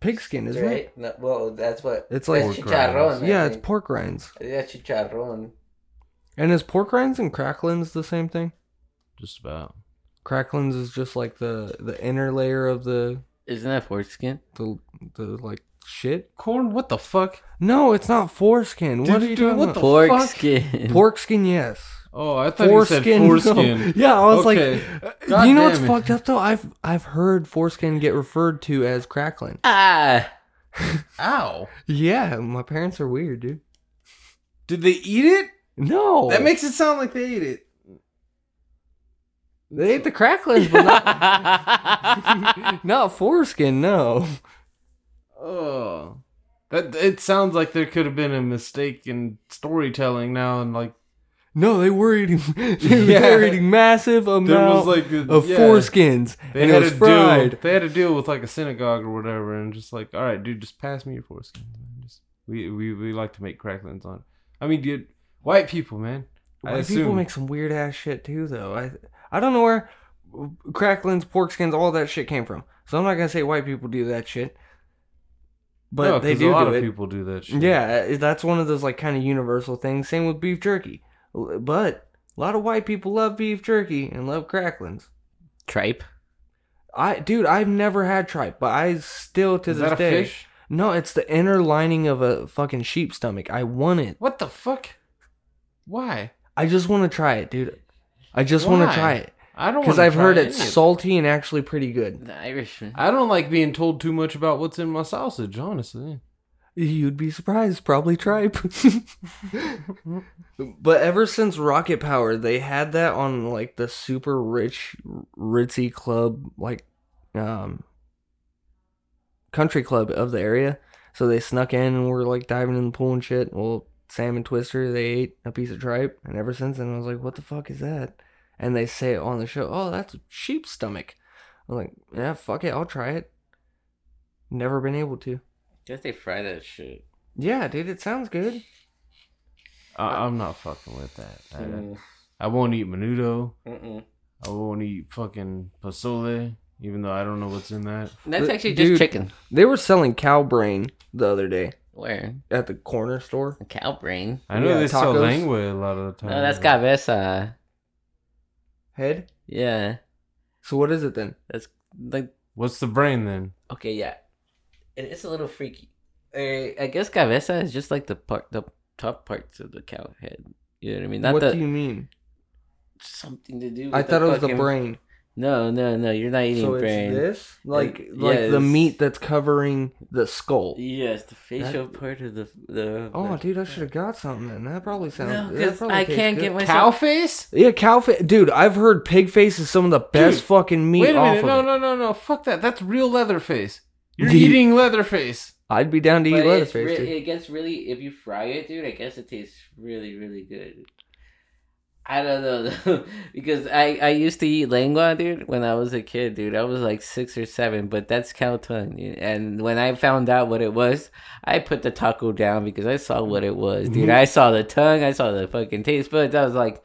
pigskin, isn't it? No, well, that's what. It's like- that's Pork chicharrón. I Yeah, it's think. pork rinds. Yeah, chicharrón. And is pork rinds and cracklins the same thing? Just about. cracklins is just like the the inner layer of the Isn't that foreskin? the, the like shit. Corn, what the fuck? No, it's not foreskin. what are Dude, you dude, doing? what What the Pork fuck? skin. pork skin? Yes. Oh, I thought Foreskin. you said no. *laughs* foreskin. Yeah, I was Okay. like, uh, God you know what's damn it. fucked up though? I've I've heard foreskin get referred to as cracklin. *laughs* Ah. Ow. Yeah, my parents are weird, dude. Did they eat it? No, That makes it sound like they ate it. they ate the cracklins, but not *laughs* not foreskin. No. Oh. That it sounds like there could have been a mistake in storytelling now and like No, they were eating. *laughs* They Yeah. were eating massive amount there was like a, of yeah, foreskins, They and it had was a fried. deal. They had a deal with like a synagogue or whatever, and just like, all right, dude, just pass me your foreskin. man. Just we we, we like to make cracklins on. it." I mean, dude, white people, man. I White people assume. make some weird ass shit too, though. I I don't know where cracklins, pork skins, all that shit came from. So I'm not gonna say white people do that shit, but No, they 'cause do A lot do of it. people do that shit. Yeah, uh, that's one of those like kind of universal things. Same with beef jerky, L- but a lot of white people love beef jerky and love cracklins. Tripe. I dude, I've never had tripe, but I still to Is this that a day. fish? No, it's the inner lining of a fucking sheep stomach. I want it. What the fuck? Why? I just want to try it, dude. I just want Why? to try it I don't because wanna I've try heard any it's of it. salty and actually pretty good. The Irishman. I don't like being told too much about what's in my sausage, honestly. You'd be surprised, probably tripe. *laughs* but ever since Rocket Power, they had that on like the super rich, ritzy club, like um, country club of the area. So they snuck in and were like diving in the pool and shit. Well, Sam and Twister, they ate a piece of tripe, and ever since then, I was like, "What the fuck is that?" And they say it on the show, "Oh, that's sheep stomach." I'm like, "Yeah, fuck it, I'll try it." Never been able to. Guess they fry that shit. Yeah, dude, it sounds good. I, I'm not fucking with that. I, Mm, I won't eat menudo. mm-mm. I won't eat fucking pozole, even though I don't know what's in that. That's Th- actually just Uh, dude. chicken. They were selling cow brain the other day Where? at the corner store. A cow brain. I know Yeah, they sell tacos. langue a lot of the time. No, Uh. that's cabeza. Head. Yeah. So what is it then? That's like What's the brain then? okay, yeah. It, it's a little freaky. Uh, I guess cabeza is just like the part, the top parts of the cow head. You know what I mean? Not what the do you mean? something to do. With I the thought it was the fucking- brain. No, no, no. You're not eating So brain. it's this, like It- like yeah, the it's- meat that's covering the skull. Yes, the facial part of the the. Oh, the- dude, I should have got something. Then. That probably No, sounds. that 'cause probably I tastes can't good. get Cow myself. face? Yeah, cow face, dude. I've heard pig face is some of the best Dude, fucking meat Wait a off minute. of No, it. no, no, no. Fuck that. That's real leather face. You're Dude. eating leather face. I'd be down to But eat leather it's face. re- dude. it gets really if you fry it, dude. I guess it tastes really, really good. I don't know *laughs* though, because I I used to eat lengua, dude, when I was a kid, dude. I was like six or seven, but that's cow tongue. dude. And when I found out what it was, I put the taco down because I saw what it was, dude. I saw the tongue, I saw the fucking taste buds. I was like,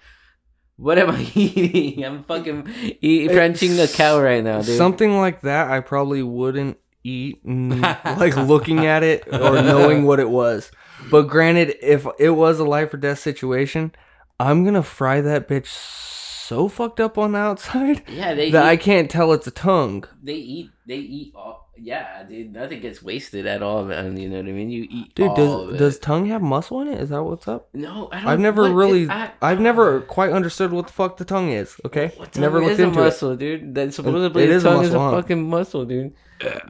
"What am I *laughs* eating? I'm fucking eat, crunching the cow right now, dude." Something like that, I probably wouldn't eat, *laughs* mm, like looking at it or knowing what it was. But granted, if it was a life or death situation, I'm gonna fry that bitch so fucked up on the *laughs* outside yeah, they that eat- I can't tell it's a tongue. they eat they eat all yeah dude nothing gets wasted at all man you know what i mean you eat Dude, all of does it. does tongue have muscle in it? Is that what's up? no i don't I've never what is- really, I, I've never quite understood what the fuck the tongue is. Okay, what never tongue looked is a into it. muscle dude that supposedly it the is a tongue is a muscle, huh? fucking muscle dude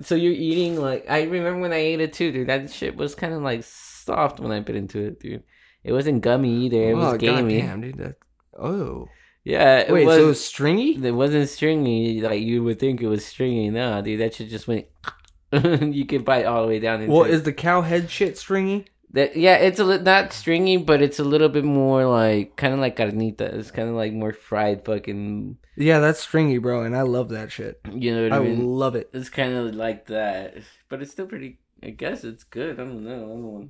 so you're eating like i remember when i ate it too dude that shit was kind of like soft when i bit into it dude it wasn't gummy either it was oh, gamey goddamn, dude. That, oh, yeah it wait, was, so it was stringy? it wasn't stringy like you would think it was stringy no dude that shit just went *laughs* you could bite all the way down into Well, it. is the cow head shit stringy? That yeah, it's a li- not stringy, but it's a little bit more like kind of like carnita. It's kind of like more fried fucking. Yeah, that's stringy, bro, and I love that shit. You know what I, I mean? love it. it's kind of like that, but it's still pretty. I guess it's good. I don't know. I don't know.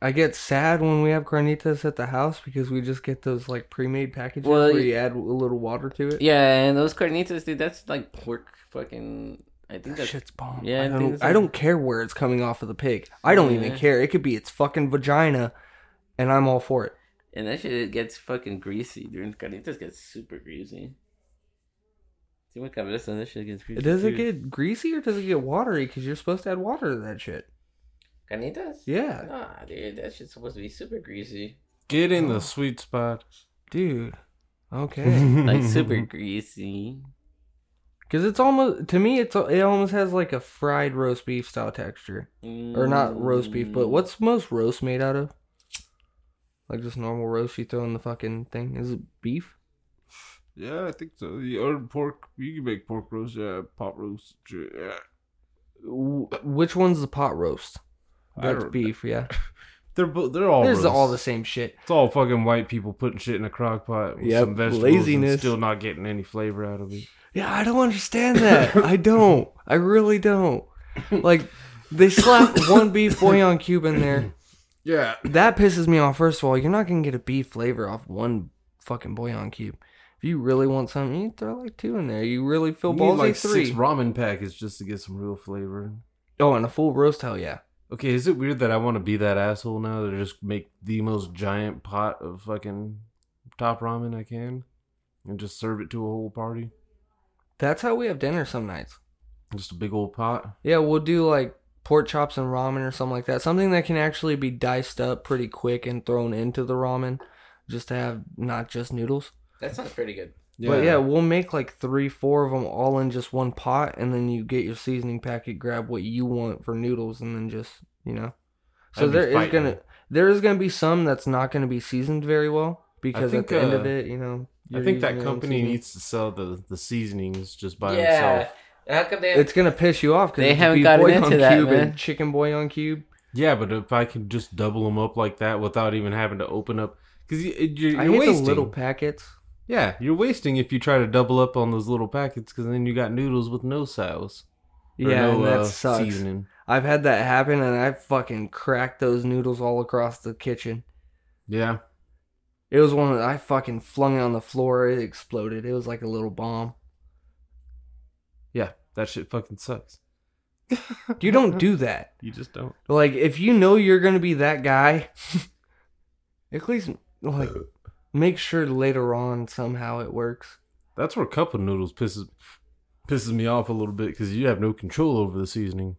I get sad when we have carnitas at the house because we just get those like pre-made packages Well, where y- you add a little water to it. Yeah, and those carnitas, dude. That's like pork fucking. I That think that's shit's bomb. Yeah, I I think don't, it's I like- don't care where it's coming off of the pig. I don't even Yeah. care. It could be its fucking vagina, and I'm all for it. and that shit it gets fucking greasy. Dude, carnitas get super greasy. Too much of this and this shit gets pretty. Does it get greasy or does it get watery? Because you're supposed to add water to that shit. carnitas? Yeah, Nah, dude, that shit's supposed to be *laughs* super greasy. Get in the sweet spot. dude. *laughs* Okay, Like super greasy. because it's almost to me, it's it almost has like a fried roast beef style texture, or not roast beef, but Mm. what's most roast made out of? Like just normal roast you throw in the fucking thing. Is it beef? *laughs* Yeah, I think so. Yeah, Or pork. You can make pork roast. Yeah, pot roast. Yeah. Wh- Which one's the pot roast? I That's don't- beef, *laughs* yeah. They're bo- they're all. There's roasts. all the same shit. It's all fucking white people putting shit in a crock pot with Yep, some vegetables laziness. and still not getting any flavor out of it. Yeah, I don't understand *laughs* that. I don't. I really don't. Like, they *laughs* slap one beef bouillon cube in there. Yeah. That pisses me off. First of all, you're not gonna get a beef flavor off one fucking bouillon cube. If you really want something, you throw like two in there. You really feel You need ballsy like three. six ramen packets just to get some real flavor. oh, and a full roast, hell yeah. Okay, is it weird that I want to be that asshole now that I just make the most giant pot of fucking top ramen I can and just serve it to a whole party? That's how we have dinner some nights. Just a big old pot. Yeah, we'll do like pork chops and ramen or something like that. Something that can actually be diced up pretty quick and thrown into the ramen, just to have not just noodles. That sounds pretty good. But yeah, we'll make like three, four of them all in just one pot, and then you get your seasoning packet, grab what you want for noodles, and then just you know. So I'd be there is fighting. gonna there is gonna be some that's not gonna be seasoned very well because think, at the end uh, of it, you know. I you're think that using your own company seasoning. needs to sell the, the seasonings just by yeah. itself. How come they? It's gonna piss you off because They haven't gotten into that, cube man. and chicken bouillon cube. Yeah, but if I can just double them up like that without even having to open up, because you, you're, I you're hate wasting. the little packets. yeah, you're wasting if you try to double up on those little packets, because then you got noodles with no sauce. or Yeah, no, and that uh, sucks. Seasoning. I've had that happen, and I fucking cracked those noodles all across the kitchen. Yeah, It was one that I fucking flung it on the floor. It exploded. It was like a little bomb. yeah, that shit fucking sucks. You don't *laughs* do that. You just don't. Like, if you know you're gonna be that guy, *laughs* at least like make sure later on somehow it works. That's where cup of noodles pisses pisses me off a little bit because you have no control over the seasoning.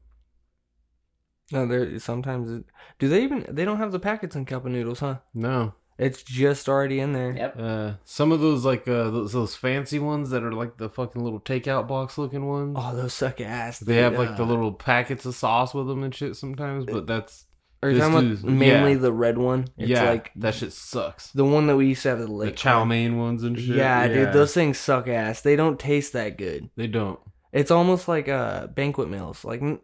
No, there sometimes it, do they even they don't have the packets in cup of noodles, huh? No, It's just already in there. yep. uh, some of those like uh, those, those fancy ones that are like the fucking little takeout box looking ones. Oh, those suck ass. They dude. have like the Uh, little packets of sauce with them and shit sometimes, but that's Are you just talking about those- mainly yeah. the red one? It's yeah, like that shit sucks. the one that we used to have at the lake. the chow mein ones and shit. Yeah, dude, those things suck ass. They don't taste that good. they don't. It's almost like uh banquet meals, like n-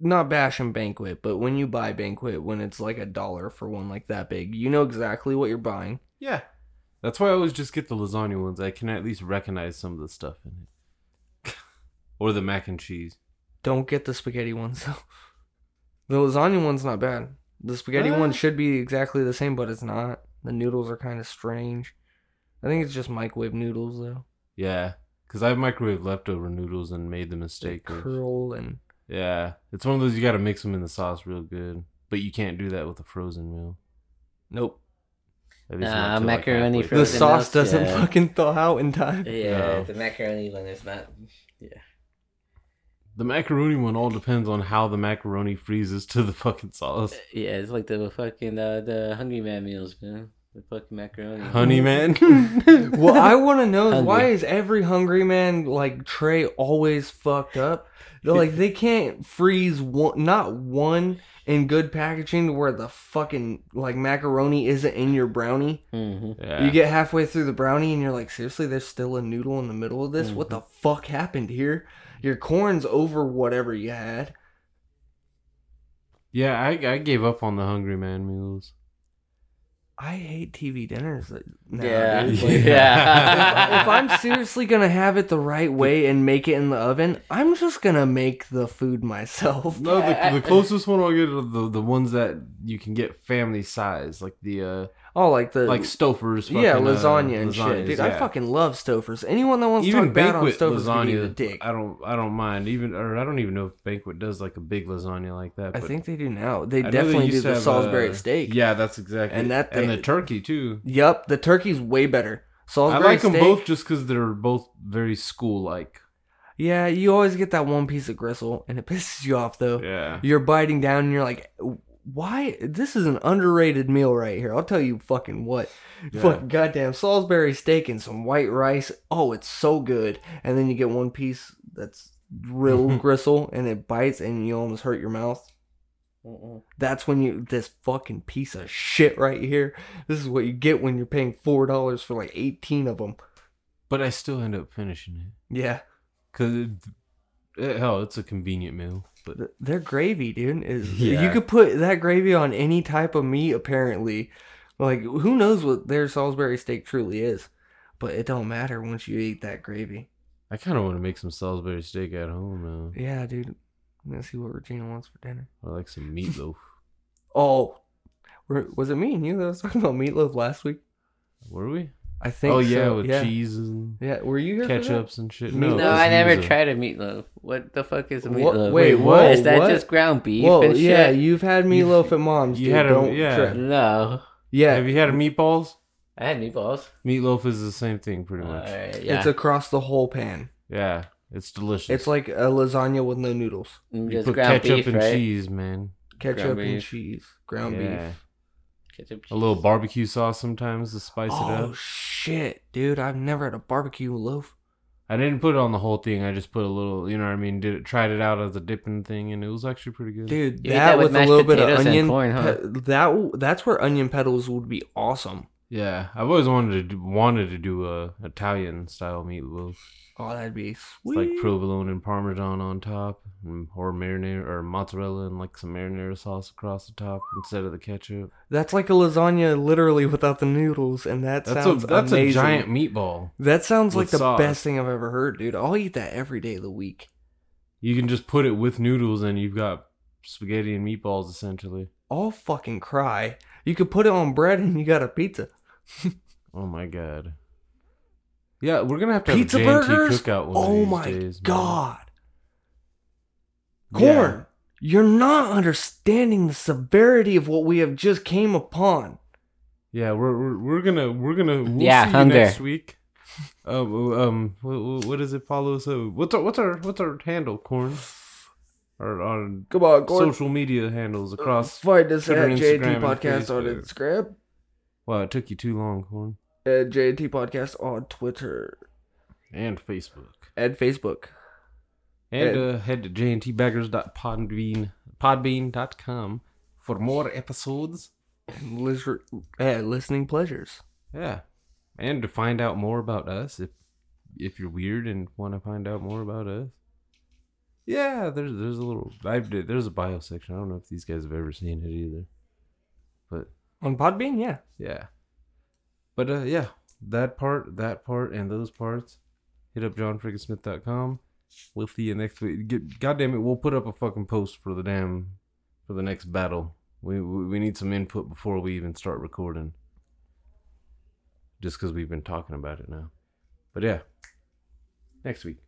not bashing banquet, but when you buy banquet, when it's like a dollar for one like that big, you know exactly what you're buying. Yeah, that's why I always just get the lasagna ones. I can at least recognize some of the stuff in it, *laughs* or the mac and cheese. Don't get the spaghetti ones *laughs* though. The lasagna one's not bad. The spaghetti one Uh. should be exactly the same, but it's not. The noodles are kind of strange. I think it's just microwave noodles though. Yeah, because I've microwaved leftover noodles and made the They mistake. Of, curl and yeah, it's one of those you got to mix them in the sauce real good, but you can't do that with a frozen meal. nope. At least Nah, not till, like, macaroni halfway The Frozen through. sauce nuts, doesn't yeah. fucking thaw out in time. Yeah, No. the macaroni one is not. The macaroni one all depends on how the macaroni freezes to the fucking sauce. Yeah, it's like the fucking uh, the Hungry Man meals, man. The fucking macaroni. Honey man. *laughs* Well, I want to know is why Hungry. is every hungry man like tray always fucked up? They're like they can't freeze one, not one in good packaging to where the fucking like macaroni isn't in your brownie. hmm yeah. You get halfway through the brownie and you're like, seriously, there's still a noodle in the middle of this. What the Mm-hmm. fuck happened here? Your corn's over whatever you had. yeah, I, I gave up on the hungry man meals. I hate TV dinners. like, now, Yeah. dude. Yeah. Like, if *laughs* I'm seriously gonna have it the right way and make it in the oven, I'm just gonna make the food myself. No, the, the closest one I'll get are the, the ones that you can get family size, like the uh Oh, like the like Stouffer's. yeah fucking, uh, lasagna and shit, lasagnas, dude. I yeah. fucking love Stouffer's. Anyone that wants to even talk bad on banquet Stouffer's can be a lasagna. dick. I don't I don't mind even or I don't even know if banquet does like a big lasagna like that. I but think they do now. They I know definitely used do to the have, Salisbury uh, steak. Yeah, that's exactly And that and they- the turkey too. Yep, the turkey's way better. I Salisbury like them steak. both just because they're both very school like. Yeah, you always get that one piece of gristle, and it *laughs* pisses you off though. Yeah. You're biting down, and you're like, "Why? This is an underrated meal right here." I'll tell you, fucking what, fucking goddamn Salisbury steak and some white rice. Oh, it's so good. And then you get one piece that's real gristle, and it bites, and you almost hurt your mouth. That's when you this fucking piece of shit right here. This is what you get when you're paying four dollars for like eighteen of them. But I still end up finishing it. Yeah, Cause it, it- hell, it's a convenient meal. But Th- their gravy, dude, is you Yeah. could put that gravy on any type of meat. Apparently, like who knows what their Salisbury steak truly is, but it don't matter once you eat that gravy. I kind of want to make some Salisbury steak at home now. Yeah, dude. I'm gonna see what Regina wants for dinner. I like some meatloaf. Oh, were- was it me and you that was talking about meatloaf last week? Were we? I think. Oh yeah, so, with yeah. cheese and Yeah, were you here? for that? ketchups and shit. No, No, No, it was I never Yuzu. tried a meatloaf. What the fuck is a What- meatloaf? wait, whoa, Is that what? just ground beef Whoa, and yeah, shit? you've had meatloaf at mom's. you dude. had a- Don't yeah. trip. No, yeah. Have you had a meatballs? I had meatballs. Meatloaf is the same thing, pretty much. Alright, yeah. It's across the whole pan. Yeah, it's delicious. It's like a lasagna with no noodles, Mm, you just put ground ketchup beef, and right? cheese, man. ketchup Ground and beef. cheese, ground Yeah. beef. Ketchup, cheese. A little barbecue sauce sometimes to spice it Oh up. shit, dude! I've never had a barbecue loaf. I didn't put it on the whole thing. I just put a little, you know what I mean? Did it tried it out as a dipping thing, and it was actually pretty good. Dude, You eat that, that with with, a mashed little bit of potatoes and onion. corn, huh? pe- that w- that's where onion petals would be awesome. Yeah, I've always wanted to do, wanted to do a Italian style meatloaf, Oh, that'd be It's sweet. like provolone and parmesan on top, and, or marinara or mozzarella and like some marinara sauce across the top instead of the ketchup. that's like a lasagna, literally without the noodles, and that That's sounds a that's amazing. a giant meatball. That sounds like with the sauce. best thing I've ever heard, dude. I'll eat that every day of the week. You can just put it with noodles, and you've got spaghetti and meatballs essentially. I'll fucking cry. You could put it on bread and you got a pizza. Oh my god. Yeah, we're gonna have to Pizza have a J&T burgers? cookout one of Oh these my days, man. god. Yeah. Corn, you're not understanding the severity of what we have just came upon. Yeah, we're we're, we're gonna we're gonna we'll Yeah, see hunger. you next week. Um, um, what, what does it follow? So what's our what's our what's our handle? Corn, or on Come on, Corn. Uh, social media handles across. Find us Twitter, at JT Instagram, and Podcast on Facebook. Instagram, Wow, it took you too long, Corn. at JT Podcast on Twitter, And Facebook, and Facebook. and And- uh, head to jntbaggers.podbean podbean.com for more episodes. And lizard, uh, listening pleasures. Yeah, and to find out more about us, if if you're weird and want to find out more about us, yeah, there's there's a little I did, there's a bio section. I don't know if these guys have ever seen it either, but On Podbean, yeah. yeah, but uh, yeah, that part, that part, and those parts. Hit up johnfrickinsmith.com. We'll see you next week. Get, God damn it, we'll put up a fucking post for the damn for the next battle. We we, we need some input before we even start recording. Just because we've been talking about it now, but yeah, next week.